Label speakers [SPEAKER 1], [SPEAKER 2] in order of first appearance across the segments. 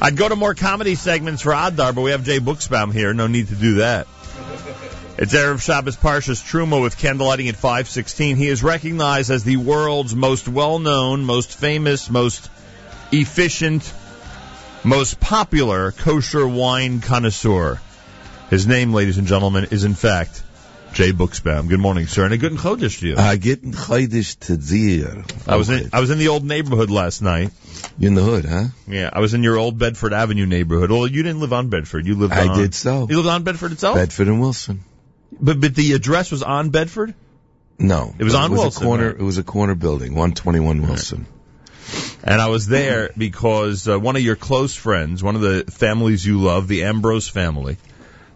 [SPEAKER 1] I'd go to more comedy segments for Oddar, but we have Jay Booksbaum here. No need to do that. It's Arab Shabbos Parshas Truma with candlelighting at 516. He is recognized as the world's most well-known, most famous, most efficient, most popular kosher wine connoisseur. His name, ladies and gentlemen, is in fact Jay Booksbaum. Good morning, sir, and a good chodesh to you.
[SPEAKER 2] I get in Chodesh Tzir.
[SPEAKER 1] I was in I was in the old neighborhood last night.
[SPEAKER 2] in the hood, huh?
[SPEAKER 1] Yeah, I was in your old Bedford Avenue neighborhood. Well, you didn't live on Bedford. You lived.
[SPEAKER 2] I
[SPEAKER 1] on,
[SPEAKER 2] did so.
[SPEAKER 1] You lived on Bedford itself.
[SPEAKER 2] Bedford and Wilson.
[SPEAKER 1] but but the address was on Bedford.
[SPEAKER 2] No,
[SPEAKER 1] It was on
[SPEAKER 2] it was
[SPEAKER 1] Wilson,
[SPEAKER 2] A corner,
[SPEAKER 1] right?
[SPEAKER 2] It was a corner building, 121 Wilson.
[SPEAKER 1] And I was there because uh, one of your close friends, one of the families you love, the Ambrose family,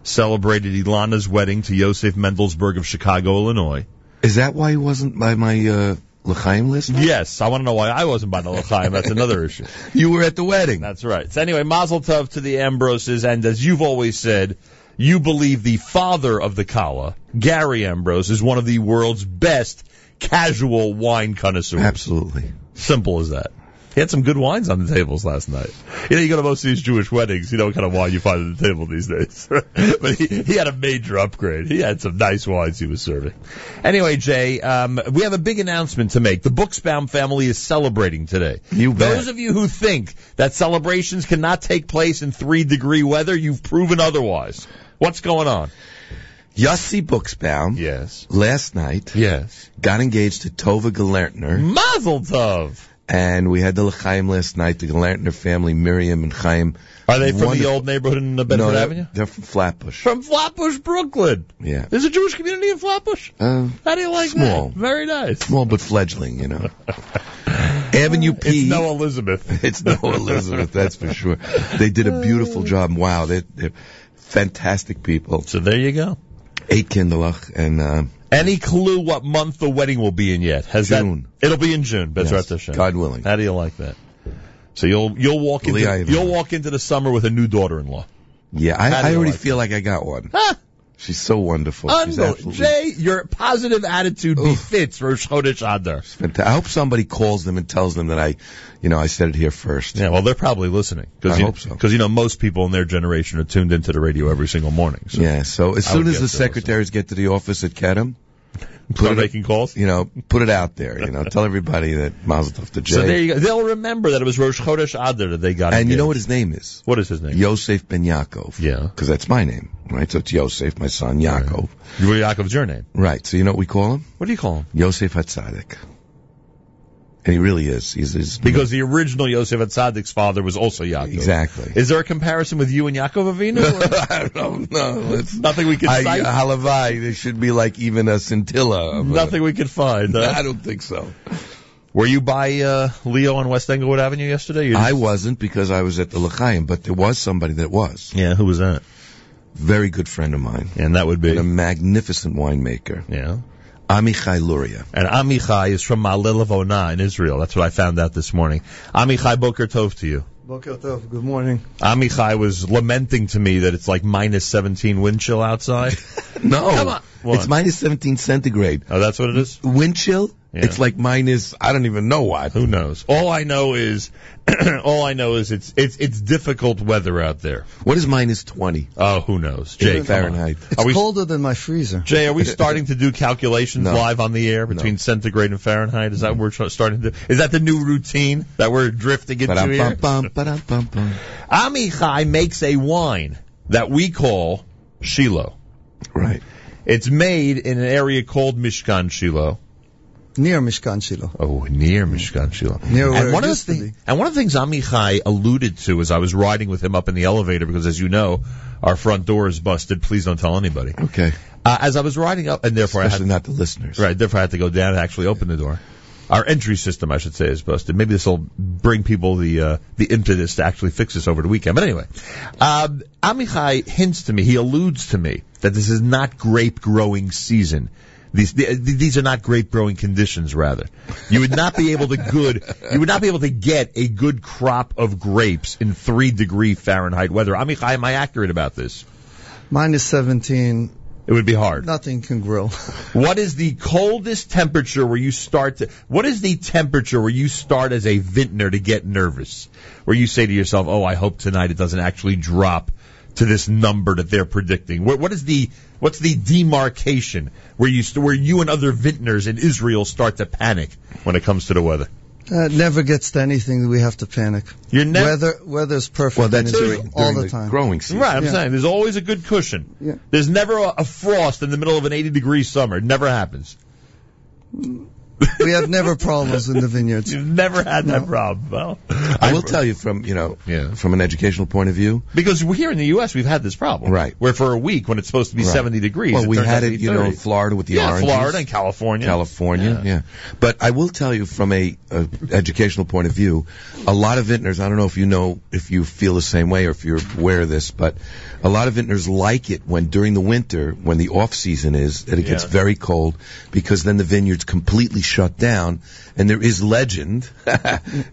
[SPEAKER 1] celebrated Ilana's wedding to Yosef Mendelsberg of Chicago, Illinois.
[SPEAKER 2] Is that why he wasn't by my uh, L'chaim list?
[SPEAKER 1] Yes, I want to know why I wasn't by the L'chaim. That's another issue.
[SPEAKER 2] You were at the wedding.
[SPEAKER 1] That's right. So anyway, Mazel Tov to the Ambroses, and as you've always said, you believe the father of the Kala, Gary Ambrose, is one of the world's best casual wine connoisseurs.
[SPEAKER 2] Absolutely.
[SPEAKER 1] Simple as that. He had some good wines on the tables last night. You know, you go to most of these Jewish weddings, you know what kind of wine you find at the table these days. but he, he had a major upgrade. He had some nice wines he was serving. Anyway, Jay, um, we have a big announcement to make. The Booksbaum family is celebrating today.
[SPEAKER 2] You bet.
[SPEAKER 1] Those of you who think that celebrations cannot take place in three degree weather, you've proven otherwise. What's going on?
[SPEAKER 2] Yossi Booksbaum
[SPEAKER 1] Yes.
[SPEAKER 2] last night
[SPEAKER 1] Yes.
[SPEAKER 2] got engaged to Tova Galertner,
[SPEAKER 1] Mazel tov!
[SPEAKER 2] and we had the L'chaim last night. The Galertner family, Miriam and Chaim.
[SPEAKER 1] Are they from the
[SPEAKER 2] Wonderful.
[SPEAKER 1] old neighborhood in Bedford
[SPEAKER 2] no, they're-
[SPEAKER 1] Avenue?
[SPEAKER 2] They're from Flatbush.
[SPEAKER 1] From Flatbush, Brooklyn.
[SPEAKER 2] Yeah.
[SPEAKER 1] There's a Jewish community in Flatbush.
[SPEAKER 2] Uh,
[SPEAKER 1] How do you like
[SPEAKER 2] Small.
[SPEAKER 1] that? Very nice.
[SPEAKER 2] small but fledgling, you know. Avenue P.
[SPEAKER 1] It's no Elizabeth.
[SPEAKER 2] It's no Elizabeth, that's for sure. They did a beautiful job. Wow, they're, they're fantastic people.
[SPEAKER 1] So there you go.
[SPEAKER 2] Eight Kinderlach and uh,
[SPEAKER 1] Any clue what month the wedding will be in yet? Has that-
[SPEAKER 2] June.
[SPEAKER 1] it'll be in June. That's
[SPEAKER 2] Yes,
[SPEAKER 1] right, Hashem.
[SPEAKER 2] God willing.
[SPEAKER 1] How do you like that? So you'll you'll walk into
[SPEAKER 2] Lee Ivan.
[SPEAKER 1] you'll walk into the summer with a new daughter-in-law.
[SPEAKER 2] yeah,
[SPEAKER 1] How do
[SPEAKER 2] I, I
[SPEAKER 1] you
[SPEAKER 2] already
[SPEAKER 1] like
[SPEAKER 2] feel like I got one.
[SPEAKER 1] Ah,
[SPEAKER 2] She's so wonderful. She's
[SPEAKER 1] unbelievable.
[SPEAKER 2] absolutely
[SPEAKER 1] Jay, your positive attitude befits Rosh Chodesh Adar.
[SPEAKER 2] fantastic. I hope somebody calls them and tells them that I, you know, I said it here first.
[SPEAKER 1] Yeah, well, they're probably listening because
[SPEAKER 2] I
[SPEAKER 1] you,
[SPEAKER 2] hope so.
[SPEAKER 1] 'cause you know most people in their generation are tuned into the radio every single morning. So
[SPEAKER 2] Yeah, so as
[SPEAKER 1] I
[SPEAKER 2] soon
[SPEAKER 1] would
[SPEAKER 2] as the
[SPEAKER 1] guess so, so.
[SPEAKER 2] secretaries get to the office at Kedem,
[SPEAKER 1] start making calls.
[SPEAKER 2] you know, put it out there. You know, tell everybody that Mazel Tov to Jay.
[SPEAKER 1] So there you go. They'll remember that it was Rosh Chodesh Adar that they got.
[SPEAKER 2] and you
[SPEAKER 1] engaged.
[SPEAKER 2] know what his name is?
[SPEAKER 1] What is his name?
[SPEAKER 2] Yosef Ben Yaakov.
[SPEAKER 1] Yeah.
[SPEAKER 2] Because that's my name, right? So it's Yosef, my son, Yaakov.
[SPEAKER 1] Rabbi Yaakov's your name.
[SPEAKER 2] Right. So you know what we call him?
[SPEAKER 1] What do you call him?
[SPEAKER 2] Yosef Hatzadik. And he really is. He's, he's
[SPEAKER 1] Because the original Yosef Atzadik's father was also Yaakov.
[SPEAKER 2] exactly.
[SPEAKER 1] Is there a comparison with you and Yaakov Avinu? Or
[SPEAKER 2] I don't know. It's
[SPEAKER 1] nothing we can
[SPEAKER 2] I, uh,
[SPEAKER 1] cite.
[SPEAKER 2] Halavai. There should be like even a scintilla. Of a-
[SPEAKER 1] nothing we could find. huh?
[SPEAKER 2] I don't think so.
[SPEAKER 1] Were you by uh, Leo on West Englewood Avenue yesterday? You
[SPEAKER 2] I
[SPEAKER 1] just-
[SPEAKER 2] wasn't because I was at the L'chaim, but there was somebody that was.
[SPEAKER 1] yeah. Who was that?
[SPEAKER 2] Very good friend of mine.
[SPEAKER 1] And that would be
[SPEAKER 2] A magnificent winemaker.
[SPEAKER 1] yeah.
[SPEAKER 2] Amichai Luria.
[SPEAKER 1] And Amichai is from Ma'alel Avona in Israel. That's what I found out this morning. Amichai Boker Tov to you.
[SPEAKER 3] Boker Tov, good morning.
[SPEAKER 1] Amichai was lamenting to me that it's like minus 17 wind chill outside.
[SPEAKER 2] No.
[SPEAKER 1] Come on. What?
[SPEAKER 2] Oh, It's minus 17 centigrade.
[SPEAKER 1] oh, that's what it is?
[SPEAKER 2] Wind chill?
[SPEAKER 1] Yeah.
[SPEAKER 2] It's like minus, I don't even know what.
[SPEAKER 1] Who knows? All I know is, all I know is it's it's it's difficult weather out there.
[SPEAKER 2] What is minus 20?
[SPEAKER 1] Oh, who knows? Jay, come on.
[SPEAKER 2] Fahrenheit.
[SPEAKER 3] It's
[SPEAKER 1] Are we,
[SPEAKER 3] colder than my freezer.
[SPEAKER 1] Jay, are we starting to do calculations
[SPEAKER 2] No.
[SPEAKER 1] live on the air between centigrade and Fahrenheit? Is that what we're tr- starting to do? Is that the new routine that we're drifting into here?
[SPEAKER 2] Ba-dum-bum-bum, ba-dum-bum-bum.
[SPEAKER 1] Amichai makes a wine that we call Shiloh.
[SPEAKER 2] Right.
[SPEAKER 1] It's made in an area called Mishkan Shiloh.
[SPEAKER 3] Near Mishkan Shiloh.
[SPEAKER 1] Oh, near Mishkan Shiloh.
[SPEAKER 3] Near where
[SPEAKER 1] and
[SPEAKER 3] it
[SPEAKER 1] one of the
[SPEAKER 3] used to
[SPEAKER 1] things,
[SPEAKER 3] be.
[SPEAKER 1] and one of the things Amichai alluded to as I was riding with him up in the elevator, because as you know, our front door is busted. Please don't tell anybody.
[SPEAKER 2] Okay.
[SPEAKER 1] Uh, as I was riding up, and therefore
[SPEAKER 2] Especially
[SPEAKER 1] I
[SPEAKER 2] not the listeners.
[SPEAKER 1] had, right, therefore I had to go down and actually open the door. Our entry system, I should say, is busted. Maybe this will bring people the uh, the impetus to actually fix this over the weekend. But anyway, um, Amichai hints to me, he alludes to me that this is not grape growing season. These th- these are not grape growing conditions. Rather, you would not be able to good you would not be able to get a good crop of grapes in three degree Fahrenheit weather. Amichai, am I accurate about this?
[SPEAKER 3] Minus 17
[SPEAKER 1] It would be hard.
[SPEAKER 3] Nothing can grill.
[SPEAKER 1] What is the coldest temperature where you start to? What is the temperature where you start as a vintner to get nervous? Where you say to yourself, "Oh, I hope tonight it doesn't actually drop to this number that they're predicting." What, what is the what's the demarcation where you st- where you and other vintners in Israel start to panic when it comes to the weather?
[SPEAKER 3] Uh, it never gets to anything that we have to panic.
[SPEAKER 1] You're never
[SPEAKER 3] Weather weather's perfect.
[SPEAKER 2] Well, that's
[SPEAKER 3] in Israel
[SPEAKER 2] during,
[SPEAKER 3] all
[SPEAKER 2] during
[SPEAKER 3] the,
[SPEAKER 2] the
[SPEAKER 3] time.
[SPEAKER 2] growing season.
[SPEAKER 1] Right, I'm
[SPEAKER 3] Yeah.
[SPEAKER 1] saying there's always a good cushion.
[SPEAKER 3] Yeah.
[SPEAKER 1] There's never a, a frost in the middle of an 80 degree summer. It never happens.
[SPEAKER 3] we have never problems in the vineyards.
[SPEAKER 1] You've never had that problem. Well,
[SPEAKER 2] I will tell you from you know
[SPEAKER 1] Yeah.
[SPEAKER 2] from an educational point of view.
[SPEAKER 1] Because we're here in the U.S., we've had this problem.
[SPEAKER 2] Right.
[SPEAKER 1] Where for a week, when it's supposed to be
[SPEAKER 2] Right.
[SPEAKER 1] 70 degrees,
[SPEAKER 2] well,
[SPEAKER 1] it
[SPEAKER 2] we
[SPEAKER 1] turns out
[SPEAKER 2] had
[SPEAKER 1] to
[SPEAKER 2] it
[SPEAKER 1] be
[SPEAKER 2] you know in
[SPEAKER 1] 30.
[SPEAKER 2] Florida with the
[SPEAKER 1] yeah,
[SPEAKER 2] oranges,
[SPEAKER 1] Florida and California.
[SPEAKER 2] California,
[SPEAKER 1] Yeah.
[SPEAKER 2] yeah. But I will tell you from a, a educational point of view, a lot of vintners. I don't know if you know if you feel the same way or if you're aware of this, but a lot of vintners like it when during the winter, when the off season is, that it gets
[SPEAKER 1] Yeah.
[SPEAKER 2] very cold because then the vineyards completely shut down. And there is legend,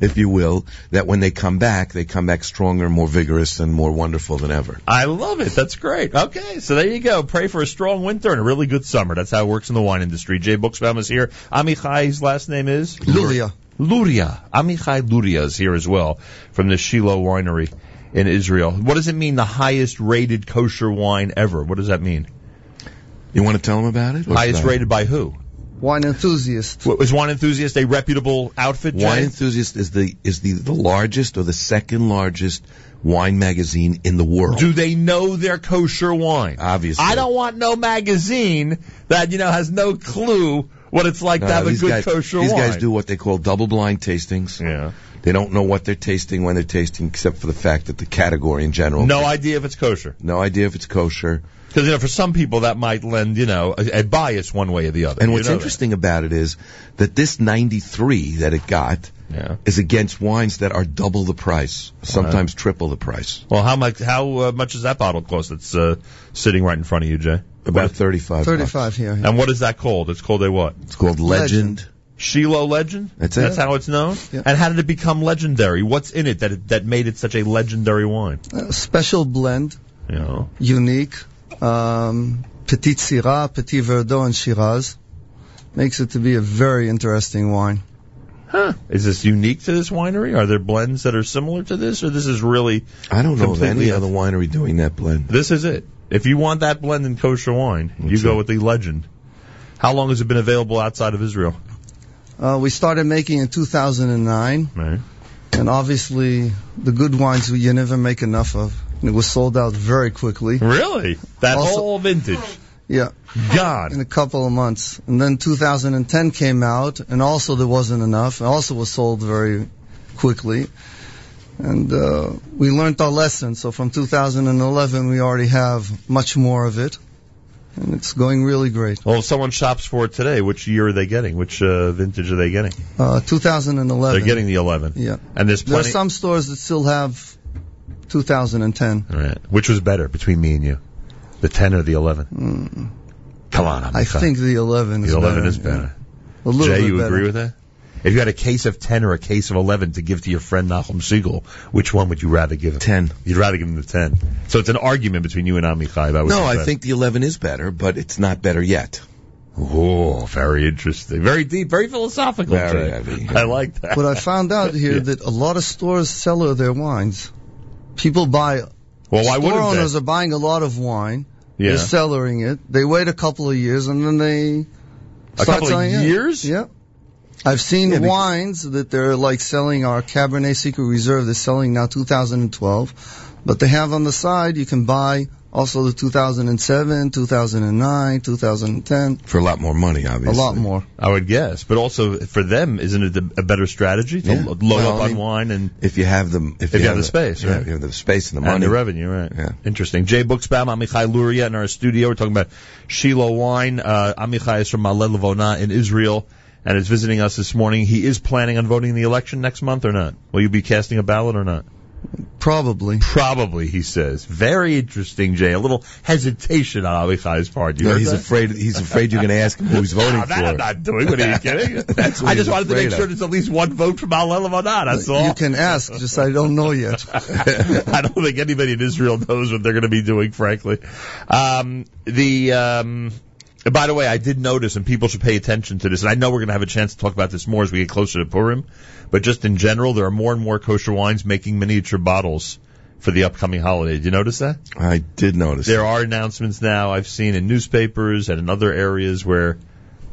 [SPEAKER 2] if you will, that when they come back, they come back stronger, more vigorous, and more wonderful than ever.
[SPEAKER 1] I love it. That's great. Okay, so there you go. Pray for a strong winter and a really good summer. That's how it works in the wine industry. Jay Booksbaum is here. Amichai's last name is
[SPEAKER 3] Luria.
[SPEAKER 1] Luria. Amichai Luria is here as well from the Shiloh Winery in Israel. What does it mean, the highest rated kosher wine ever? What does that mean?
[SPEAKER 2] You want to tell them about it? Or
[SPEAKER 1] highest
[SPEAKER 2] should I?
[SPEAKER 1] rated by who?
[SPEAKER 3] Wine enthusiast.
[SPEAKER 1] What, was Wine Enthusiast a reputable outfit? Jay?
[SPEAKER 2] Wine Enthusiast is the is the, the largest or the second largest wine magazine in the world.
[SPEAKER 1] Do they know their kosher wine?
[SPEAKER 2] Obviously.
[SPEAKER 1] I don't want no magazine that you know has no clue what it's like
[SPEAKER 2] No,
[SPEAKER 1] to have a
[SPEAKER 2] Uh, these
[SPEAKER 1] good
[SPEAKER 2] guys,
[SPEAKER 1] kosher
[SPEAKER 2] These
[SPEAKER 1] wine.
[SPEAKER 2] guys do what they call double blind tastings.
[SPEAKER 1] Yeah.
[SPEAKER 2] They don't know what they're tasting when they're tasting, except for the fact that the category in general.
[SPEAKER 1] No idea if it's kosher
[SPEAKER 2] No idea if it's kosher.
[SPEAKER 1] because you know for some people that might lend you know a, a bias one way or the other.
[SPEAKER 2] And
[SPEAKER 1] You
[SPEAKER 2] what's
[SPEAKER 1] know that.
[SPEAKER 2] interesting about it is that this 93 that it got
[SPEAKER 1] Yeah.
[SPEAKER 2] is against wines that are double the price, sometimes
[SPEAKER 1] Uh-huh.
[SPEAKER 2] triple the price.
[SPEAKER 1] Well, how much how uh, much does that bottle cost? That's uh, sitting right in front of you, Jay.
[SPEAKER 2] About 35. bucks.
[SPEAKER 3] 35 here.
[SPEAKER 1] And what is that called? It's called a what?
[SPEAKER 2] It's called
[SPEAKER 3] Legend.
[SPEAKER 2] Legend.
[SPEAKER 1] Shiloh legend.
[SPEAKER 2] That's it.
[SPEAKER 1] That's how it's known.
[SPEAKER 3] Yeah.
[SPEAKER 1] And how did it become legendary? What's in it that it, that made it such a legendary wine?
[SPEAKER 3] Uh, special blend,
[SPEAKER 1] You know.
[SPEAKER 3] unique. Um, Petit Syrah, Petit Verdot, and Shiraz. Makes it to be a very interesting wine.
[SPEAKER 1] Is this unique to this winery? Are there blends that are similar to this, or this is really
[SPEAKER 2] I don't know of
[SPEAKER 1] Completely
[SPEAKER 2] any
[SPEAKER 1] off.
[SPEAKER 2] other winery doing that blend.
[SPEAKER 1] this is it? If you want that blend in kosher wine, you go
[SPEAKER 2] it.
[SPEAKER 1] with the legend. How long has it been available outside of Israel?
[SPEAKER 3] Uh, we started making in 2009,
[SPEAKER 1] Right.
[SPEAKER 3] and obviously the good wines we- you never make enough of. And it was sold out very quickly.
[SPEAKER 1] Really? That
[SPEAKER 3] Also-
[SPEAKER 1] whole vintage.
[SPEAKER 3] Yeah,
[SPEAKER 1] God.
[SPEAKER 3] in a couple of months. And then 2010 came out, and also there wasn't enough. It also was sold very quickly. And uh, we learned our lesson. So from 2011, we already have much more of it, and it's going really great.
[SPEAKER 1] Well, if someone shops for it today, which year are they getting? Which uh, vintage are they getting?
[SPEAKER 3] Uh, 2011.
[SPEAKER 1] They're getting the 11.
[SPEAKER 3] Yeah.
[SPEAKER 1] And there's
[SPEAKER 3] There are
[SPEAKER 1] plenty.
[SPEAKER 3] some stores that still have 2010.
[SPEAKER 1] All right. Which was better between me and you? The 10 or the 11? Come on. I'm
[SPEAKER 3] Hmm. I think the 11
[SPEAKER 1] the
[SPEAKER 3] is
[SPEAKER 1] 11
[SPEAKER 3] better.
[SPEAKER 1] is better.
[SPEAKER 3] A little
[SPEAKER 1] Jay,
[SPEAKER 3] bit
[SPEAKER 1] you
[SPEAKER 3] better.
[SPEAKER 1] agree with that? If you had a case of 10 or a case of 11 to give to your friend Nahum Siegel, which one would you rather give him?
[SPEAKER 2] 10.
[SPEAKER 1] You'd rather give him the 10. So it's an argument between you and Amichai about which
[SPEAKER 2] No,
[SPEAKER 1] is
[SPEAKER 2] I
[SPEAKER 1] better.
[SPEAKER 2] think the 11 is better, but it's not better yet.
[SPEAKER 1] Oh, very interesting. Very deep, very philosophical.
[SPEAKER 2] Very
[SPEAKER 1] Jay.
[SPEAKER 2] heavy.
[SPEAKER 1] I like that.
[SPEAKER 3] But I found out here that a lot of stores cellar their wines. People buy,
[SPEAKER 1] well, why
[SPEAKER 3] store
[SPEAKER 1] wouldn't
[SPEAKER 3] owners
[SPEAKER 1] they?
[SPEAKER 3] are buying a lot of wine.
[SPEAKER 1] Yeah.
[SPEAKER 3] They're cellaring it. They wait a couple of years and then they
[SPEAKER 1] A
[SPEAKER 3] start
[SPEAKER 1] couple of
[SPEAKER 3] selling it.
[SPEAKER 1] years?
[SPEAKER 3] Yeah. I've seen
[SPEAKER 2] Yeah, because-
[SPEAKER 3] wines that they're like selling our Cabernet Secret Reserve. They're selling now 2012, but they have on the side you can buy also the 2007, 2009, 2010,
[SPEAKER 2] For a lot more money,
[SPEAKER 3] a
[SPEAKER 2] obviously.
[SPEAKER 3] lot more.
[SPEAKER 1] I would guess. But also, for them, isn't it a- a better strategy to
[SPEAKER 2] Yeah.
[SPEAKER 1] load
[SPEAKER 2] Well,
[SPEAKER 1] up
[SPEAKER 2] I
[SPEAKER 1] on
[SPEAKER 2] mean,
[SPEAKER 1] wine and,
[SPEAKER 2] If you have them, if,
[SPEAKER 1] you have the space,
[SPEAKER 2] yeah,
[SPEAKER 1] right.
[SPEAKER 2] if you have the space and the money.
[SPEAKER 1] and the revenue? Right.
[SPEAKER 2] Yeah.
[SPEAKER 1] Interesting. Jay Booksbaum, Amichai Luria in our studio. We're talking about Shiloh Wine. Uh, Amichai is from Malé Levona in Israel and is visiting us this morning. He is planning on voting in the election next month or not? Will you be casting a ballot or not?
[SPEAKER 3] Probably.
[SPEAKER 1] Probably, he says. Very interesting, Jay. A little hesitation on Avichai's part. You
[SPEAKER 2] No,
[SPEAKER 1] heard
[SPEAKER 2] he's
[SPEAKER 1] that?
[SPEAKER 2] afraid. He's afraid you're going to ask him who he's voting
[SPEAKER 1] No, that I'm
[SPEAKER 2] for.
[SPEAKER 1] not doing. What are you kidding?
[SPEAKER 2] That's what
[SPEAKER 1] I
[SPEAKER 2] he's
[SPEAKER 1] just wanted to make
[SPEAKER 2] afraid of.
[SPEAKER 1] sure there's at least one vote from Al Lebanon. That's all.
[SPEAKER 3] You can ask, just I don't know yet.
[SPEAKER 1] I don't think anybody in Israel knows what they're going to be doing, frankly. Um, the um, by the way, I did notice, and people should pay attention to this. And I know we're going to have a chance to talk about this more as we get closer to Purim, but just in general, there are more and more kosher wines making miniature bottles for the upcoming holiday. Did you notice that?
[SPEAKER 2] I did notice.
[SPEAKER 1] There are announcements now I've seen in newspapers and in other areas where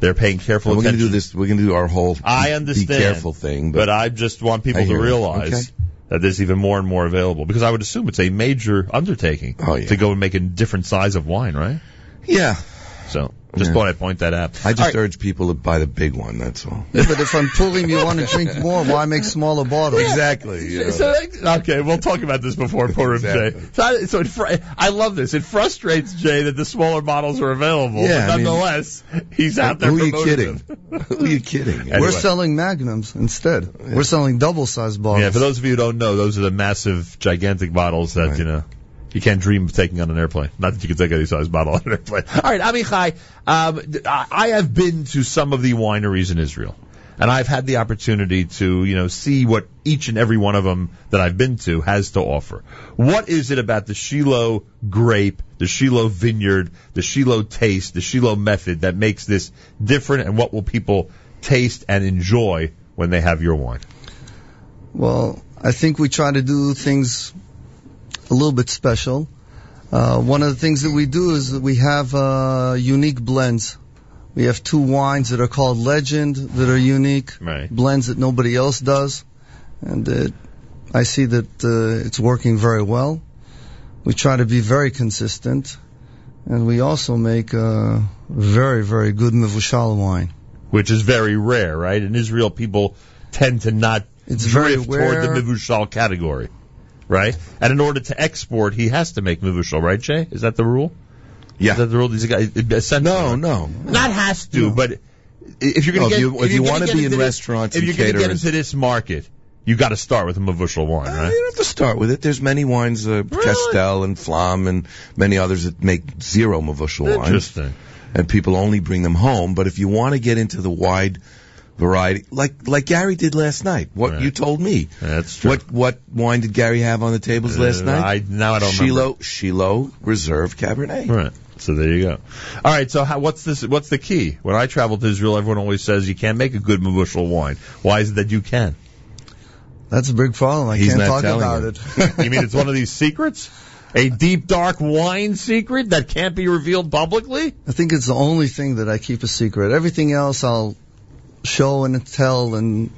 [SPEAKER 1] they're paying careful
[SPEAKER 2] we're going to
[SPEAKER 1] attention.
[SPEAKER 2] do this. We're going to do our whole.
[SPEAKER 1] I understand.
[SPEAKER 2] Be careful thing,
[SPEAKER 1] but
[SPEAKER 2] but,
[SPEAKER 1] I just want people
[SPEAKER 2] I
[SPEAKER 1] to
[SPEAKER 2] hear you.
[SPEAKER 1] realize
[SPEAKER 2] Okay.
[SPEAKER 1] that there's even more and more available because I would assume it's a major undertaking
[SPEAKER 2] Oh, yeah.
[SPEAKER 1] to go and make a different size of wine, right?
[SPEAKER 2] yeah,
[SPEAKER 1] So just
[SPEAKER 2] Yeah.
[SPEAKER 1] thought I'd point that out.
[SPEAKER 2] I just
[SPEAKER 1] All right.
[SPEAKER 2] urge people to buy the big one. That's all.
[SPEAKER 3] Yeah, but if I'm Purim, you want to drink more. Why make smaller bottles?
[SPEAKER 2] Exactly. you know.
[SPEAKER 1] So, okay, we'll talk about this before Purim
[SPEAKER 2] Exactly.
[SPEAKER 1] Jay. So, I- so it fr- I love this. It frustrates Jay that the smaller models are available,
[SPEAKER 2] Yeah,
[SPEAKER 1] but
[SPEAKER 2] I mean-
[SPEAKER 1] nonetheless, he's out there.
[SPEAKER 2] Who are you
[SPEAKER 1] promoting
[SPEAKER 2] kidding?
[SPEAKER 1] them.
[SPEAKER 2] Who are you kidding?
[SPEAKER 1] Anyway.
[SPEAKER 3] We're selling magnums instead. We're selling double-sized bottles.
[SPEAKER 1] Yeah, for those of you who don't know, those are the massive, gigantic bottles that
[SPEAKER 2] Right.
[SPEAKER 1] you know you can't dream of taking on an airplane. Not that you can take any size bottle on an airplane. All right, Amichai, um, th- I I have been to some of the wineries in Israel, and I've had the opportunity to you know see what each and every one of them that I've been to has to offer. What is it about the Shiloh grape, the Shiloh vineyard, the Shiloh taste, the Shiloh method that makes this different, and what will people taste and enjoy when they have your wine?
[SPEAKER 3] Well, I think we try to do things a little bit special. Uh, one of the things that we do is that we have uh, unique blends. We have two wines that are called Legend that are unique
[SPEAKER 1] Right.
[SPEAKER 3] blends that nobody else does, and that I see that uh, it's working very well. We try to be very consistent, and we also make uh, very very good mevushal wine.
[SPEAKER 1] which is very rare, right? In Israel, people tend to not
[SPEAKER 3] It's very
[SPEAKER 1] drift toward
[SPEAKER 3] rare.
[SPEAKER 1] the mivushal category, right? And in order to export, he has to make mivushal, right, Jay? Is that the rule? Is that
[SPEAKER 2] Yeah.
[SPEAKER 1] the rule? These guys, essentially,
[SPEAKER 2] No, no.
[SPEAKER 1] not has to, but if you're going
[SPEAKER 2] No, if
[SPEAKER 1] to
[SPEAKER 2] you-
[SPEAKER 1] get,
[SPEAKER 2] if you
[SPEAKER 1] you're gonna
[SPEAKER 2] wanna
[SPEAKER 1] get
[SPEAKER 2] be in
[SPEAKER 1] into this-
[SPEAKER 2] restaurants
[SPEAKER 1] if
[SPEAKER 2] and
[SPEAKER 1] you're gonna get
[SPEAKER 2] caterers-
[SPEAKER 1] into this market, you got to start with a mivushal wine,
[SPEAKER 2] Uh,
[SPEAKER 1] right?
[SPEAKER 2] You don't have to start with it. There's many wines, uh, Castel and Flam and many others that make zero Mavushal wines.
[SPEAKER 1] Interesting.
[SPEAKER 2] and people only bring them home. But if you want to get into the wide variety, like like Gary did last night, what
[SPEAKER 1] Right.
[SPEAKER 2] you told me,
[SPEAKER 1] That's true.
[SPEAKER 2] what what wine did Gary have on the tables last
[SPEAKER 1] Uh,
[SPEAKER 2] night?
[SPEAKER 1] I, now I don't remember.
[SPEAKER 2] Shiloh Shiloh Reserve Cabernet.
[SPEAKER 1] Right. So there you go. All right. So how, what's this? What's the key? When I travel to Israel, everyone always says you can't make a good mavushal wine. Why is it that you can?
[SPEAKER 3] That's a big problem. I
[SPEAKER 2] He's
[SPEAKER 3] can't
[SPEAKER 2] not
[SPEAKER 3] talk
[SPEAKER 2] telling
[SPEAKER 3] about
[SPEAKER 2] you.
[SPEAKER 3] it.
[SPEAKER 1] You mean it's one of these secrets? A deep dark wine secret that can't be revealed publicly?
[SPEAKER 3] I think it's the only thing that I keep a secret. Everything else I'll show and tell and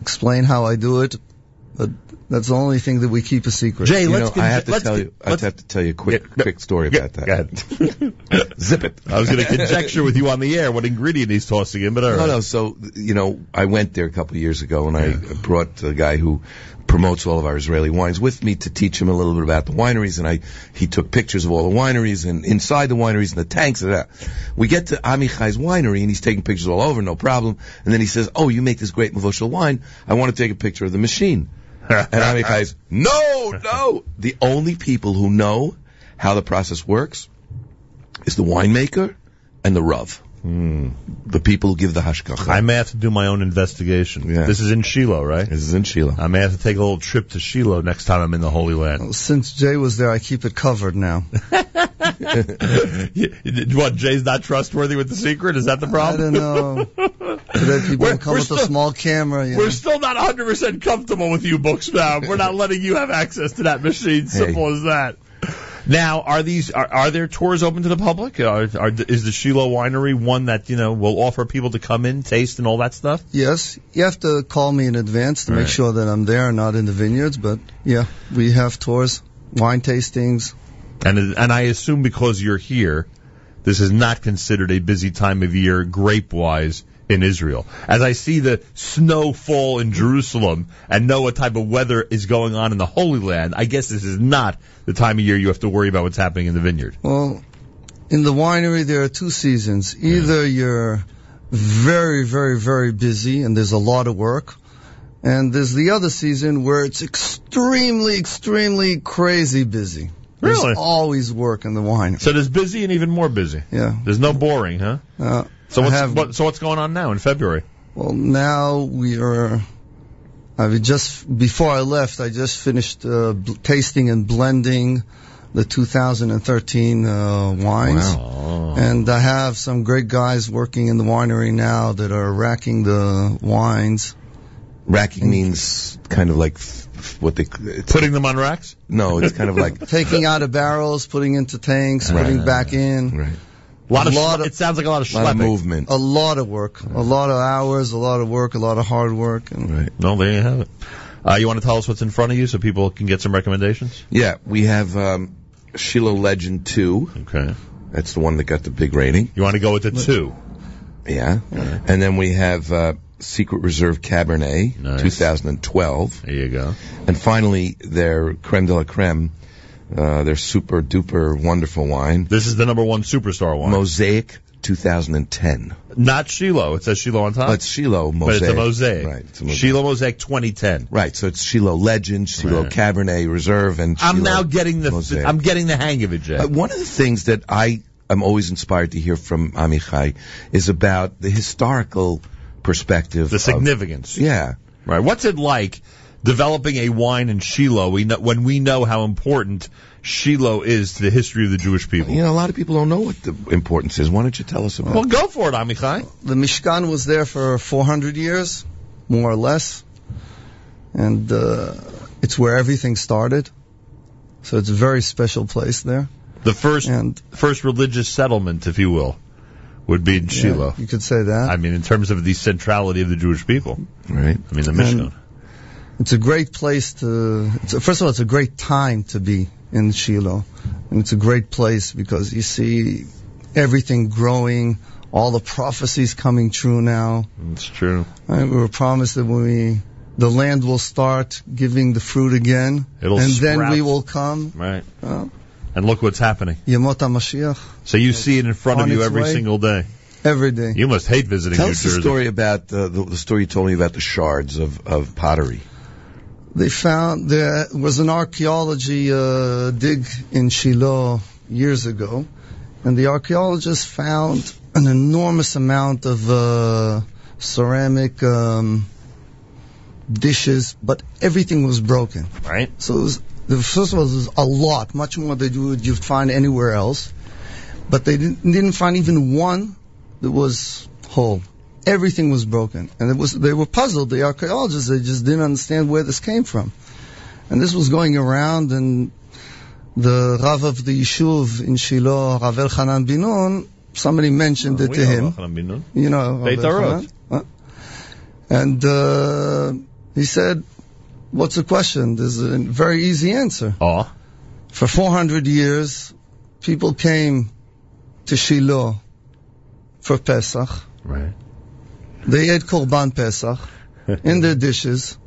[SPEAKER 3] explain how I do it, but that's the only thing that we keep a secret.
[SPEAKER 1] Jay,
[SPEAKER 2] You
[SPEAKER 1] let's
[SPEAKER 2] know, I have to
[SPEAKER 1] let's
[SPEAKER 2] tell
[SPEAKER 1] con-
[SPEAKER 2] you. I
[SPEAKER 1] let's-
[SPEAKER 2] have to tell you a quick
[SPEAKER 1] Yeah,
[SPEAKER 2] quick story
[SPEAKER 1] yeah,
[SPEAKER 2] about that.
[SPEAKER 1] go ahead.
[SPEAKER 2] Zip it.
[SPEAKER 1] I was going to conjecture with you on the air what ingredient he's tossing in, but all right.
[SPEAKER 2] No, no. So you know, I went there a couple of years ago, and I brought the guy who promotes all of our Israeli wines with me to teach him a little bit about the wineries, and I he took pictures of all the wineries and inside the wineries and the tanks and that. We get to Amichai's winery, and he's taking pictures all over, no problem. And then he says, "Oh, you make this great Mavushal wine. I want to take a picture of the machine." And Amichai's, "No, no." The only people who know how the process works is the winemaker and the Rav. Hmm. The people who give the hashkacha.
[SPEAKER 1] I may have to do my own investigation.
[SPEAKER 2] Yeah.
[SPEAKER 1] This is in Shiloh, right?
[SPEAKER 2] This is in Sheila.
[SPEAKER 1] I may have to take a little trip to Shiloh next time I'm in the Holy Land.
[SPEAKER 3] Since Jay was there, I keep it covered now.
[SPEAKER 1] what, Jay's not trustworthy with the secret? Is that the
[SPEAKER 3] I
[SPEAKER 1] problem?
[SPEAKER 3] don't know. Today people
[SPEAKER 1] We're-
[SPEAKER 3] come
[SPEAKER 1] we're
[SPEAKER 3] with a
[SPEAKER 1] still-
[SPEAKER 3] small camera. You know.
[SPEAKER 1] We're still not 100% comfortable with you, Bookspam. We're not letting you have access to that machine. Simple as that. Now, are these are, are there tours open to the public? Are, are, is the Shiloh Winery one that you know will offer people to come in, taste, and all that stuff?
[SPEAKER 3] Yes, you have to call me in advance to
[SPEAKER 1] Right.
[SPEAKER 3] make sure that I'm there and not in the vineyards, but yeah, we have tours, wine tastings.
[SPEAKER 1] And and I assume because you're here, this is not considered a busy time of year grape wise in Israel. As I see the snow fall in Jerusalem and know what type of weather is going on in the Holy Land, I guess this is not the time of year you have to worry about what's happening in the vineyard.
[SPEAKER 3] Well, in the winery, there are two seasons. Either you're very, very, very busy and there's a lot of work, And there's the other season where it's extremely, extremely crazy busy.
[SPEAKER 1] Really?
[SPEAKER 3] There's always work in the wine.
[SPEAKER 1] So there's busy and even more busy.
[SPEAKER 3] Yeah.
[SPEAKER 1] There's no boring, huh?
[SPEAKER 3] Uh,
[SPEAKER 1] So
[SPEAKER 3] I
[SPEAKER 1] what's
[SPEAKER 3] have-
[SPEAKER 1] what, so what's going on now in February?
[SPEAKER 3] Well, now we are. I mean, just before I left, I just finished uh, bl- tasting and blending the 2013 uh, wines.
[SPEAKER 1] Oh.
[SPEAKER 3] And I have some great guys working in the winery now that are racking the wines.
[SPEAKER 2] Racking means kind of like f- f- what they. It's,
[SPEAKER 1] Putting them on racks?
[SPEAKER 2] no, it's kind of like
[SPEAKER 3] Taking out of barrels, putting into tanks,
[SPEAKER 2] Right.
[SPEAKER 3] putting back in.
[SPEAKER 2] right.
[SPEAKER 1] A
[SPEAKER 2] Oh.
[SPEAKER 1] lot of,
[SPEAKER 3] A lot
[SPEAKER 1] schle-
[SPEAKER 3] of-
[SPEAKER 1] it sounds like a lot of
[SPEAKER 2] A lot of
[SPEAKER 1] schlepping.
[SPEAKER 2] movement.
[SPEAKER 3] A lot of work, a lot of hours, a lot of work, a lot of hard work. And
[SPEAKER 2] Right.
[SPEAKER 1] No, there you have it. Uh, you want to tell us what's in front of you so people can get some recommendations?
[SPEAKER 2] Yeah, we have um, Shiloh Legend Two.
[SPEAKER 1] Okay.
[SPEAKER 2] That's the one that got the big rating.
[SPEAKER 1] You want to go with the two?
[SPEAKER 2] Yeah. And then we have uh, Secret Reserve Cabernet,
[SPEAKER 1] Nice.
[SPEAKER 2] 2012.
[SPEAKER 1] There you go.
[SPEAKER 2] And finally, their Creme de la Creme, uh, their super duper wonderful wine,
[SPEAKER 1] This is the number one superstar one.
[SPEAKER 2] Mosaic 2010.
[SPEAKER 1] Not Shiloh. It says Shiloh on top.
[SPEAKER 2] Oh, it's Shiloh
[SPEAKER 1] but
[SPEAKER 2] Mosaic.
[SPEAKER 1] it's a mosaic.
[SPEAKER 2] Right. It's a mosaic.
[SPEAKER 1] Shiloh Mosaic 2010.
[SPEAKER 2] Right, so it's Shiloh Legend, Shiloh
[SPEAKER 1] Right.
[SPEAKER 2] Cabernet Reserve, and Shiloh.
[SPEAKER 1] I'm now getting the
[SPEAKER 2] Mosaic.
[SPEAKER 1] I'm getting the hang of it, Jay.
[SPEAKER 2] Uh, one of the things that I am always inspired to hear from Amichai is about the historical perspective.
[SPEAKER 1] the
[SPEAKER 2] of-
[SPEAKER 1] significance.
[SPEAKER 2] yeah.
[SPEAKER 1] Right. What's it like developing a wine in Shiloh we know, when we know how important Shiloh is to the history of the Jewish people?
[SPEAKER 2] You know, a lot of people don't know what the importance is. Why don't you tell us about
[SPEAKER 1] Well, go for it, Amichai.
[SPEAKER 3] the Mishkan was there for 400 years, more or less. And uh, it's where everything started. So it's a very special place there.
[SPEAKER 1] The first
[SPEAKER 3] And
[SPEAKER 1] first religious settlement, if you will, would be in Shiloh.
[SPEAKER 3] Yeah, you could say that.
[SPEAKER 1] I mean, in terms of the centrality of the Jewish people.
[SPEAKER 2] it? Right.
[SPEAKER 1] I mean, the Mishkan.
[SPEAKER 3] It's a great place to. It's a, first of all, it's a great time to be in Shiloh, and it's a great place because you see everything growing, all the prophecies coming true now.
[SPEAKER 1] it's true.
[SPEAKER 3] Right? We were promised that when we, the land will start giving the fruit again,
[SPEAKER 1] It'll
[SPEAKER 3] and then
[SPEAKER 1] sprout.
[SPEAKER 3] we will come.
[SPEAKER 1] Right.
[SPEAKER 3] Uh,
[SPEAKER 1] And look what's happening.
[SPEAKER 3] Yemot HaMashiach
[SPEAKER 1] So you see it in front of
[SPEAKER 3] On
[SPEAKER 1] you
[SPEAKER 3] its
[SPEAKER 1] every
[SPEAKER 3] way.
[SPEAKER 1] single day.
[SPEAKER 3] every day.
[SPEAKER 1] You must hate visiting
[SPEAKER 2] Tell
[SPEAKER 1] New
[SPEAKER 2] us
[SPEAKER 1] Jersey.
[SPEAKER 2] the story about the, the, the story you told me about the shards of, of pottery.
[SPEAKER 3] They found there was an archaeology uh, dig in Shiloh years ago, and the archaeologists found an enormous amount of uh, ceramic um, dishes, but everything was broken.
[SPEAKER 1] Right.
[SPEAKER 3] So it was, the first of all, it was a lot, much more than would you'd find anywhere else. But they didn't, didn't find even one that was whole. Everything was broken, and it was they were puzzled. The archaeologists they just didn't understand where this came from, and this was going around. And the Rav of the Yishuv in Shiloh, Rav Elchanan Binun, somebody mentioned it
[SPEAKER 1] We
[SPEAKER 3] to
[SPEAKER 1] know
[SPEAKER 3] him.
[SPEAKER 1] Yochanan ben Nun.
[SPEAKER 3] You know,
[SPEAKER 1] Beit
[SPEAKER 3] Rav
[SPEAKER 1] Arot.
[SPEAKER 3] Elchanan. Huh? And uh, he said, "What's the question?" There's a very easy answer.
[SPEAKER 1] Aw.
[SPEAKER 3] For 400 years, people came to Shiloh for Pesach.
[SPEAKER 1] Right.
[SPEAKER 3] They ate Korban Pesach in their dishes.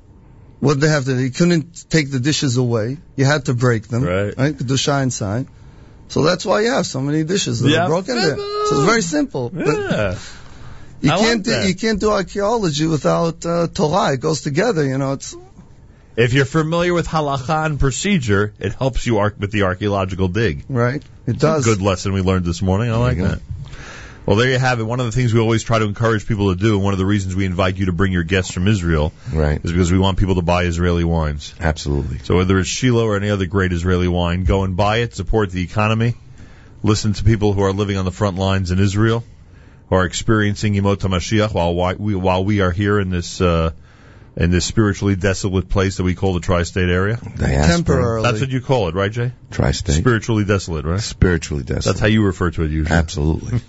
[SPEAKER 3] What they have to, you couldn't take the dishes away. You had to break them.
[SPEAKER 1] Right.
[SPEAKER 3] Right? Kedusha inside. So that's why you have so many dishes that
[SPEAKER 1] Yeah.
[SPEAKER 3] are broken there. So it's very simple. But
[SPEAKER 1] Yeah.
[SPEAKER 3] you
[SPEAKER 1] I like
[SPEAKER 3] can't
[SPEAKER 1] that.
[SPEAKER 3] do, you can't do archaeology without uh, Torah. It goes together. You know, it's
[SPEAKER 1] If you're familiar with halacha and procedure, it helps you arc with the archaeological dig.
[SPEAKER 3] right. It
[SPEAKER 1] That's
[SPEAKER 3] does.
[SPEAKER 1] a good lesson we learned this morning. I like
[SPEAKER 2] you go.
[SPEAKER 1] that. Well, there you have it. One of the things we always try to encourage people to do, and one of the reasons we invite you to bring your guests from Israel,
[SPEAKER 2] Right.
[SPEAKER 1] is because we want people to buy Israeli wines.
[SPEAKER 2] Absolutely.
[SPEAKER 1] So whether it's Shiloh or any other great Israeli wine, go and buy it, support the economy, listen to people who are living on the front lines in Israel, who are experiencing Yemot HaMashiach while whi- we, while we are here in this, uh, in this spiritually desolate place that we call the tri-state area.
[SPEAKER 2] Diaspora.
[SPEAKER 3] Temporarily.
[SPEAKER 1] That's what you call it, right, Jay?
[SPEAKER 2] Tri-state.
[SPEAKER 1] Spiritually desolate, right?
[SPEAKER 2] Spiritually
[SPEAKER 1] That's
[SPEAKER 2] desolate.
[SPEAKER 1] how you refer to it usually.
[SPEAKER 2] Absolutely.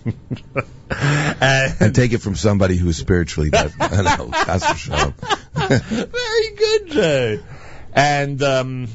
[SPEAKER 1] And-
[SPEAKER 2] and take it from somebody who's spiritually desolate. I know. That's for sure.
[SPEAKER 1] Very good, Jay. And um,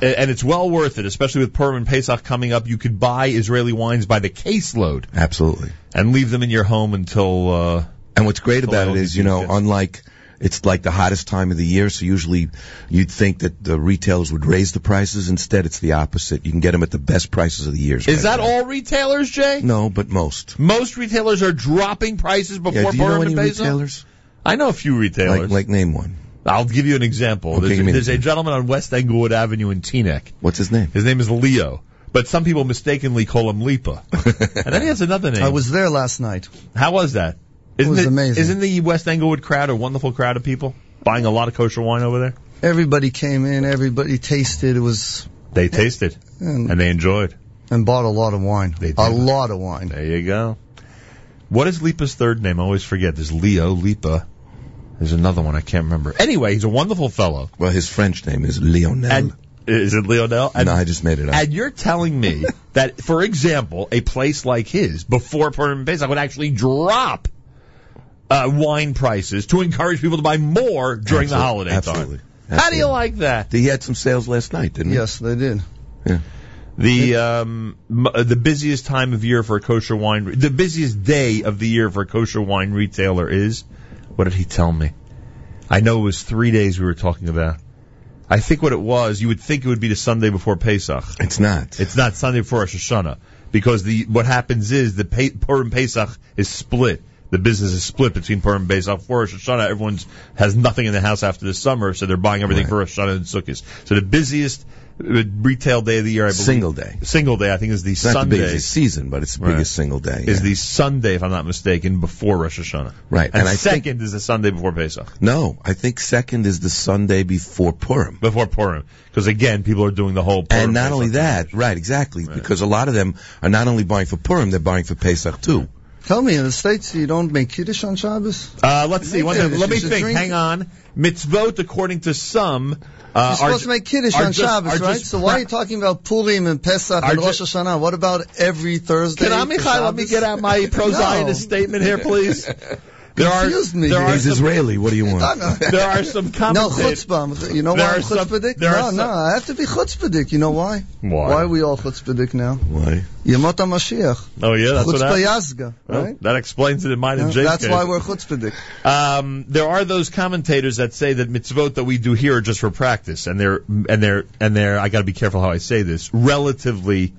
[SPEAKER 1] a- and it's well worth it, especially with Purim and Pesach coming up. You could buy Israeli wines by the caseload
[SPEAKER 2] Absolutely.
[SPEAKER 1] and leave them in your home until uh,
[SPEAKER 2] And what's great about it is, you know,
[SPEAKER 1] Yes.
[SPEAKER 2] unlike it's like the hottest time of the year, so usually you'd think that the retailers would raise the prices. Instead, it's the opposite. You can get them at the best prices of the year.
[SPEAKER 1] Is that all retailers, Jay?
[SPEAKER 2] No, but most.
[SPEAKER 1] Most retailers are dropping prices before
[SPEAKER 2] Yeah, do you know
[SPEAKER 1] Purim
[SPEAKER 2] any
[SPEAKER 1] and Pesach.
[SPEAKER 2] retailers?
[SPEAKER 1] I know a few retailers.
[SPEAKER 2] Like, like name one.
[SPEAKER 1] I'll give you an example.
[SPEAKER 2] Okay,
[SPEAKER 1] there's,
[SPEAKER 2] give me an
[SPEAKER 1] there's a
[SPEAKER 2] example.
[SPEAKER 1] gentleman on West Englewood Avenue in Teaneck.
[SPEAKER 2] What's his name?
[SPEAKER 1] His name is Leo, but some people mistakenly call him Lipa. and then he has another name.
[SPEAKER 3] I was there last night.
[SPEAKER 1] How was that? Isn't
[SPEAKER 3] was amazing.
[SPEAKER 1] Isn't the West Englewood crowd a wonderful crowd of people buying a lot of kosher wine over there?
[SPEAKER 3] Everybody came in. Everybody tasted. It was
[SPEAKER 1] They tasted
[SPEAKER 3] and,
[SPEAKER 1] and they enjoyed.
[SPEAKER 3] and bought a lot of wine.
[SPEAKER 1] They did.
[SPEAKER 3] A lot of wine.
[SPEAKER 1] There you go. What is Lipa's third name? I always forget. There's Leo Lipa. There's another one I can't remember. Anyway, he's a wonderful fellow.
[SPEAKER 2] Well, his French name is Lionel.
[SPEAKER 1] And is it Leonel? And,
[SPEAKER 2] Mm. no, I just made it up.
[SPEAKER 1] and you're telling me that, for example, a place like his before Purim Pesach would actually drop uh, wine prices to encourage people to buy more during the
[SPEAKER 2] Absolutely.
[SPEAKER 1] holiday
[SPEAKER 2] Absolutely.
[SPEAKER 1] time. How do you
[SPEAKER 2] Absolutely.
[SPEAKER 1] like that?
[SPEAKER 2] He had some sales last night, didn't he?
[SPEAKER 3] Yes, they did.
[SPEAKER 1] The um m- uh, the busiest time of year for a kosher wine, the busiest day of the year for a kosher wine retailer is. What did he tell me? I know it was three days we were talking about. I think what it was, you would think it would be the Sunday before Pesach.
[SPEAKER 2] It's not.
[SPEAKER 1] It's not Sunday before Rosh Hashanah because the what happens is the Pe- Purim Pesach is split. The business is split between Purim and Pesach. For Rosh Hashanah, everyone's has nothing in the house after the summer, so they're buying everything
[SPEAKER 2] Right.
[SPEAKER 1] for Rosh Hashanah and Sukkot. So the busiest uh, retail day of the year, I believe,
[SPEAKER 2] single day.
[SPEAKER 1] single day, I think, is the
[SPEAKER 2] It's not
[SPEAKER 1] Sunday.
[SPEAKER 2] the biggest season, but it's the
[SPEAKER 1] Right.
[SPEAKER 2] biggest single day.
[SPEAKER 1] Is
[SPEAKER 2] yeah.
[SPEAKER 1] the Sunday, if I'm not mistaken, before Rosh Hashanah.
[SPEAKER 2] Right,
[SPEAKER 1] And,
[SPEAKER 2] and I think-
[SPEAKER 1] second is the Sunday before Pesach,
[SPEAKER 2] no? I think second is the Sunday before Purim.
[SPEAKER 1] before Purim, because again, people are doing the whole. Purim
[SPEAKER 2] And not
[SPEAKER 1] Pesach
[SPEAKER 2] only
[SPEAKER 1] thing.
[SPEAKER 2] that, right? Exactly, because a lot of them are not only buying for Purim, they're buying for Pesach too.
[SPEAKER 3] Tell me, in the States, you don't make Kiddush on Shabbos?
[SPEAKER 1] Uh, let's see.
[SPEAKER 3] Make
[SPEAKER 1] One
[SPEAKER 3] it.
[SPEAKER 1] second. Let me
[SPEAKER 3] It's a
[SPEAKER 1] think.
[SPEAKER 3] drink.
[SPEAKER 1] Hang on. Mitzvot, according to some, uh,
[SPEAKER 3] You're
[SPEAKER 1] are,
[SPEAKER 3] supposed to make Kiddush
[SPEAKER 1] are
[SPEAKER 3] on
[SPEAKER 1] just-
[SPEAKER 3] Shabbos,
[SPEAKER 1] are
[SPEAKER 3] right?
[SPEAKER 1] just
[SPEAKER 3] So why are you
[SPEAKER 1] pra-
[SPEAKER 3] talking about Purim and Pesach and
[SPEAKER 1] Are
[SPEAKER 3] Rosh
[SPEAKER 1] ju-
[SPEAKER 3] Hashanah? What about every Thursday?
[SPEAKER 1] Can I,
[SPEAKER 3] for
[SPEAKER 1] Michael, let me
[SPEAKER 3] Shabbos?
[SPEAKER 1] get out my pro-Zionist
[SPEAKER 3] No.
[SPEAKER 1] statement here, please? There are,
[SPEAKER 3] Confused me.
[SPEAKER 1] there are
[SPEAKER 2] He's
[SPEAKER 1] some,
[SPEAKER 2] Israeli. What do you want?
[SPEAKER 1] there are some
[SPEAKER 3] No,
[SPEAKER 1] commentators.
[SPEAKER 3] chutzpah. You know
[SPEAKER 1] There
[SPEAKER 3] why
[SPEAKER 1] are
[SPEAKER 3] I'm
[SPEAKER 1] some-
[SPEAKER 3] chutzpahdik?
[SPEAKER 1] there
[SPEAKER 3] No,
[SPEAKER 1] are
[SPEAKER 3] no,
[SPEAKER 1] some-
[SPEAKER 3] I have to be chutzpahdik. You know why?
[SPEAKER 1] Why?
[SPEAKER 3] are we all chutzpahdik now?
[SPEAKER 2] Why?
[SPEAKER 3] Yemot HaMashiach.
[SPEAKER 1] oh yeah, that's what
[SPEAKER 3] Chutzpah
[SPEAKER 1] that,
[SPEAKER 3] Yazga, right?
[SPEAKER 1] that explains it in mine and Jake's
[SPEAKER 3] That's why
[SPEAKER 1] case.
[SPEAKER 3] we're chutzpahdik.
[SPEAKER 1] Um, there are those commentators that say that mitzvot that we do here are just for practice, and they're and they're and they're. I got to be careful how I say this. Relatively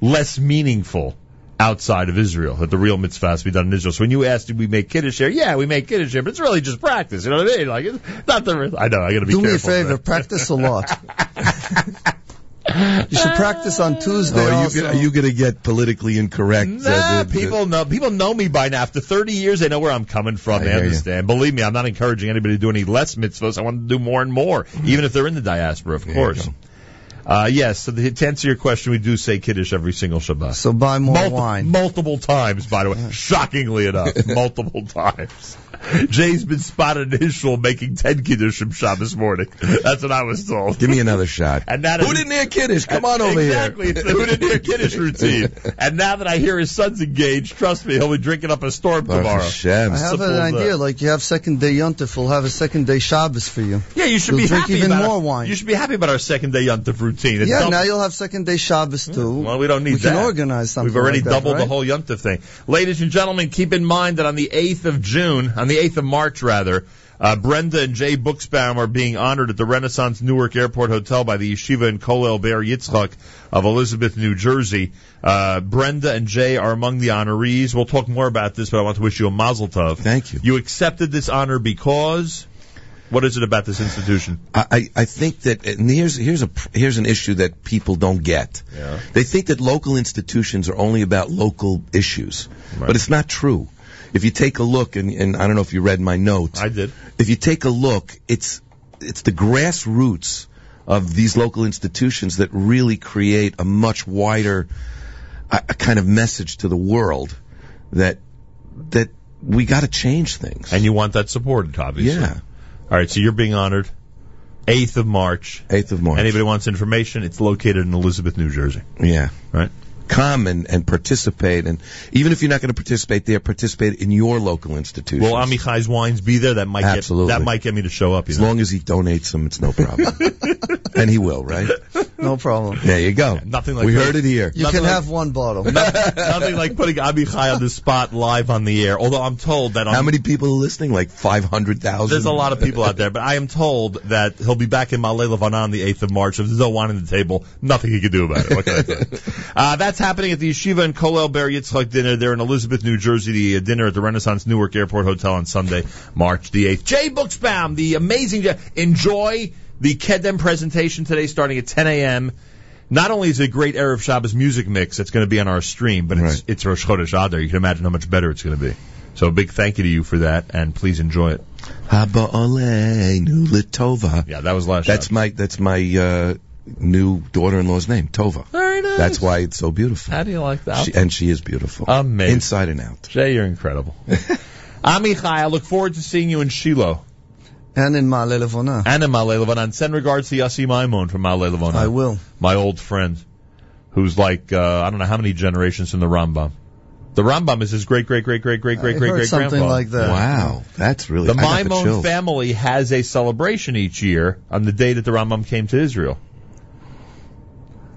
[SPEAKER 1] less meaningful outside of Israel. That the real mitzvah has to be done in Israel. So when you asked, did we make kiddush here? Yeah, we make kiddush here, but it's really just practice. You know what I mean? Like it's not the. I know. I got to be
[SPEAKER 3] Do me a
[SPEAKER 1] careful. with
[SPEAKER 3] favor,
[SPEAKER 1] that.
[SPEAKER 3] practice a lot. you should practice on Tuesday
[SPEAKER 2] Oh, are you
[SPEAKER 3] also.
[SPEAKER 2] gonna, are you gonna get politically incorrect? uh,
[SPEAKER 1] Nah,
[SPEAKER 2] the- the-
[SPEAKER 1] people know people know me by now. After 30 years, they know where I'm coming from.
[SPEAKER 2] I
[SPEAKER 1] They
[SPEAKER 2] hear you.
[SPEAKER 1] understand. Believe me, I'm not encouraging anybody to do any less mitzvahs. I want them to do more and more, even if they're in the diaspora, of
[SPEAKER 2] Mm-hmm. There you
[SPEAKER 1] course.
[SPEAKER 2] go.
[SPEAKER 1] Uh, yes. So the, to answer your question, we do say kiddush every single Shabbat.
[SPEAKER 3] So buy more
[SPEAKER 1] Multi-
[SPEAKER 3] wine.
[SPEAKER 1] Multiple times, by the way. Shockingly enough, multiple times. Jay's been spotted in his shul making 10 kiddush from Shabbos morning. That's what I was told.
[SPEAKER 2] Give me another shot.
[SPEAKER 1] And that
[SPEAKER 2] Who
[SPEAKER 1] is-
[SPEAKER 2] didn't hear Kiddush? Come on over
[SPEAKER 1] exactly.
[SPEAKER 2] here.
[SPEAKER 1] It's the Hooded Near Kiddish routine. And now that I hear his son's engaged, trust me, he'll be drinking up a storm
[SPEAKER 2] Baruch
[SPEAKER 1] tomorrow.
[SPEAKER 2] Hashem.
[SPEAKER 3] I have
[SPEAKER 1] Simple
[SPEAKER 3] an
[SPEAKER 1] as
[SPEAKER 3] idea,
[SPEAKER 1] that.
[SPEAKER 3] like you have second day Yontif, we'll have a second day Shabbos for you.
[SPEAKER 1] Yeah, you should
[SPEAKER 3] You'll
[SPEAKER 1] be
[SPEAKER 3] drink
[SPEAKER 1] happy
[SPEAKER 3] even
[SPEAKER 1] about
[SPEAKER 3] more
[SPEAKER 1] our,
[SPEAKER 3] wine.
[SPEAKER 1] You should be happy about our second day Yontif routine. It
[SPEAKER 3] Yeah,
[SPEAKER 1] doubled-
[SPEAKER 3] now you'll have second day Shabbos too.
[SPEAKER 1] well, we don't need
[SPEAKER 3] we
[SPEAKER 1] that.
[SPEAKER 3] can organize something.
[SPEAKER 1] We've already
[SPEAKER 3] like that,
[SPEAKER 1] doubled the
[SPEAKER 3] right?
[SPEAKER 1] whole Yontif thing. Ladies and gentlemen, keep in mind that on the 8th of June, on the 8th of March rather, uh, Brenda and Jay Booksbaum are being honored at the Renaissance Newark Airport Hotel by the Yeshiva and Kolel Bear Yitzchak of Elizabeth, New Jersey. Uh, Brenda and Jay are among the honorees. We'll talk more about this, but I want to wish you a mazel tov.
[SPEAKER 2] Thank you.
[SPEAKER 1] You accepted this honor because what is it about this institution?
[SPEAKER 2] I, I I think that and here's here's a pr- here's an issue that people don't get.
[SPEAKER 1] Yeah.
[SPEAKER 2] They think that local institutions are only about local issues,
[SPEAKER 1] Right.
[SPEAKER 2] but it's not true. If you take a look, and, and I don't know if you read my note,
[SPEAKER 1] I did.
[SPEAKER 2] if you take a look, it's it's the grassroots of these local institutions that really create a much wider uh, kind of message to the world that that we got to change things.
[SPEAKER 1] And you want that supported, obviously.
[SPEAKER 2] yeah,
[SPEAKER 1] All right, so you're being honored 8th of March.
[SPEAKER 2] eighth of March.
[SPEAKER 1] Anybody wants information, it's located in Elizabeth, New Jersey.
[SPEAKER 2] yeah.
[SPEAKER 1] Right?
[SPEAKER 2] come and, and participate. And even if you're not going to participate there, participate in your local institution.
[SPEAKER 1] Will Amichai's wines be there? That might
[SPEAKER 2] Absolutely.
[SPEAKER 1] get that might get me to show up. You
[SPEAKER 2] as
[SPEAKER 1] know?
[SPEAKER 2] long as he donates them, it's no problem. and he will, right?
[SPEAKER 3] No, no problem.
[SPEAKER 2] There you go.
[SPEAKER 1] Nothing like
[SPEAKER 2] we
[SPEAKER 1] that.
[SPEAKER 2] heard it here.
[SPEAKER 3] You
[SPEAKER 1] Nothing
[SPEAKER 3] can
[SPEAKER 1] like-
[SPEAKER 3] have one bottle.
[SPEAKER 1] Nothing like putting Abichai on the spot live on the air. Although I'm told that on,
[SPEAKER 2] How many people are listening? Like five hundred thousand.
[SPEAKER 1] Um, there's a lot of people out there, but I am told that he'll be back in Malay Levanon the 8th of March. If there's no wine on the table, nothing he could do about it. What can I do? uh, that's happening at the Yeshiva and Kolel Ber Yitzchak dinner there in Elizabeth, New Jersey. The uh, dinner at the Renaissance Newark Airport Hotel on Sunday, March the 8th. Jay Booksbaum, the amazing Jay. Enjoy the Kedem presentation today starting at 10 a.m. Not only is it a great Erev Shabbos music mix that's going to be on our stream, but it's,
[SPEAKER 2] Right.
[SPEAKER 1] it's Rosh Chodesh Adar. You can imagine how much better it's going to be. So a big thank you to you for that, and please enjoy it.
[SPEAKER 2] Haba Oleinu Litova.
[SPEAKER 1] Yeah, that was last.
[SPEAKER 2] That's my that's my uh, new daughter-in-law's name, Tova.
[SPEAKER 1] very nice.
[SPEAKER 2] That's why it's so beautiful.
[SPEAKER 1] How do you like that?
[SPEAKER 2] She, and she is beautiful,
[SPEAKER 1] Amazing.
[SPEAKER 2] inside and out.
[SPEAKER 1] Jay, you're incredible. Amichai, I look forward to seeing you in Shiloh
[SPEAKER 3] And in Male Levona.
[SPEAKER 1] and in Malay Levanon. Send regards to Yossi Maimon from Malay Levanon,
[SPEAKER 3] I will.
[SPEAKER 1] my old friend, who's like uh, I don't know how many generations from the Rambam. The Rambam is his great great great great great great
[SPEAKER 3] I
[SPEAKER 1] great
[SPEAKER 3] heard
[SPEAKER 1] great
[SPEAKER 3] something
[SPEAKER 1] grandfather.
[SPEAKER 3] like that.
[SPEAKER 2] Wow, that's really
[SPEAKER 1] Uh, The
[SPEAKER 2] I got the
[SPEAKER 1] Maimon
[SPEAKER 2] chills.
[SPEAKER 1] family has a celebration each year on the day that the Rambam came to Israel.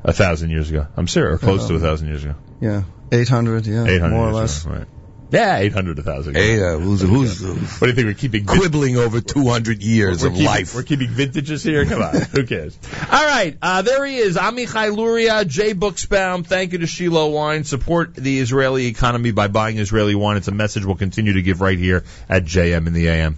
[SPEAKER 1] A thousand years ago. I'm serious, or close to a thousand years ago.
[SPEAKER 3] Yeah. 800, yeah.
[SPEAKER 1] Eight hundred
[SPEAKER 3] More or
[SPEAKER 1] years
[SPEAKER 3] less.
[SPEAKER 1] ago, right. Yeah, eight hundred, a thousand.
[SPEAKER 2] Hey, uh, who's who's, who's
[SPEAKER 1] What do you think? We're keeping vin-
[SPEAKER 2] quibbling over two hundred years
[SPEAKER 1] we're
[SPEAKER 2] of
[SPEAKER 1] keeping,
[SPEAKER 2] life?
[SPEAKER 1] We're keeping vintages here. Come on, who cares? All right, uh, there he is, Amichai Luria, Jay Booksbaum. Thank you to Shiloh Wine. Support the Israeli economy by buying Israeli wine. It's a message we'll continue to give right here at JM in the AM.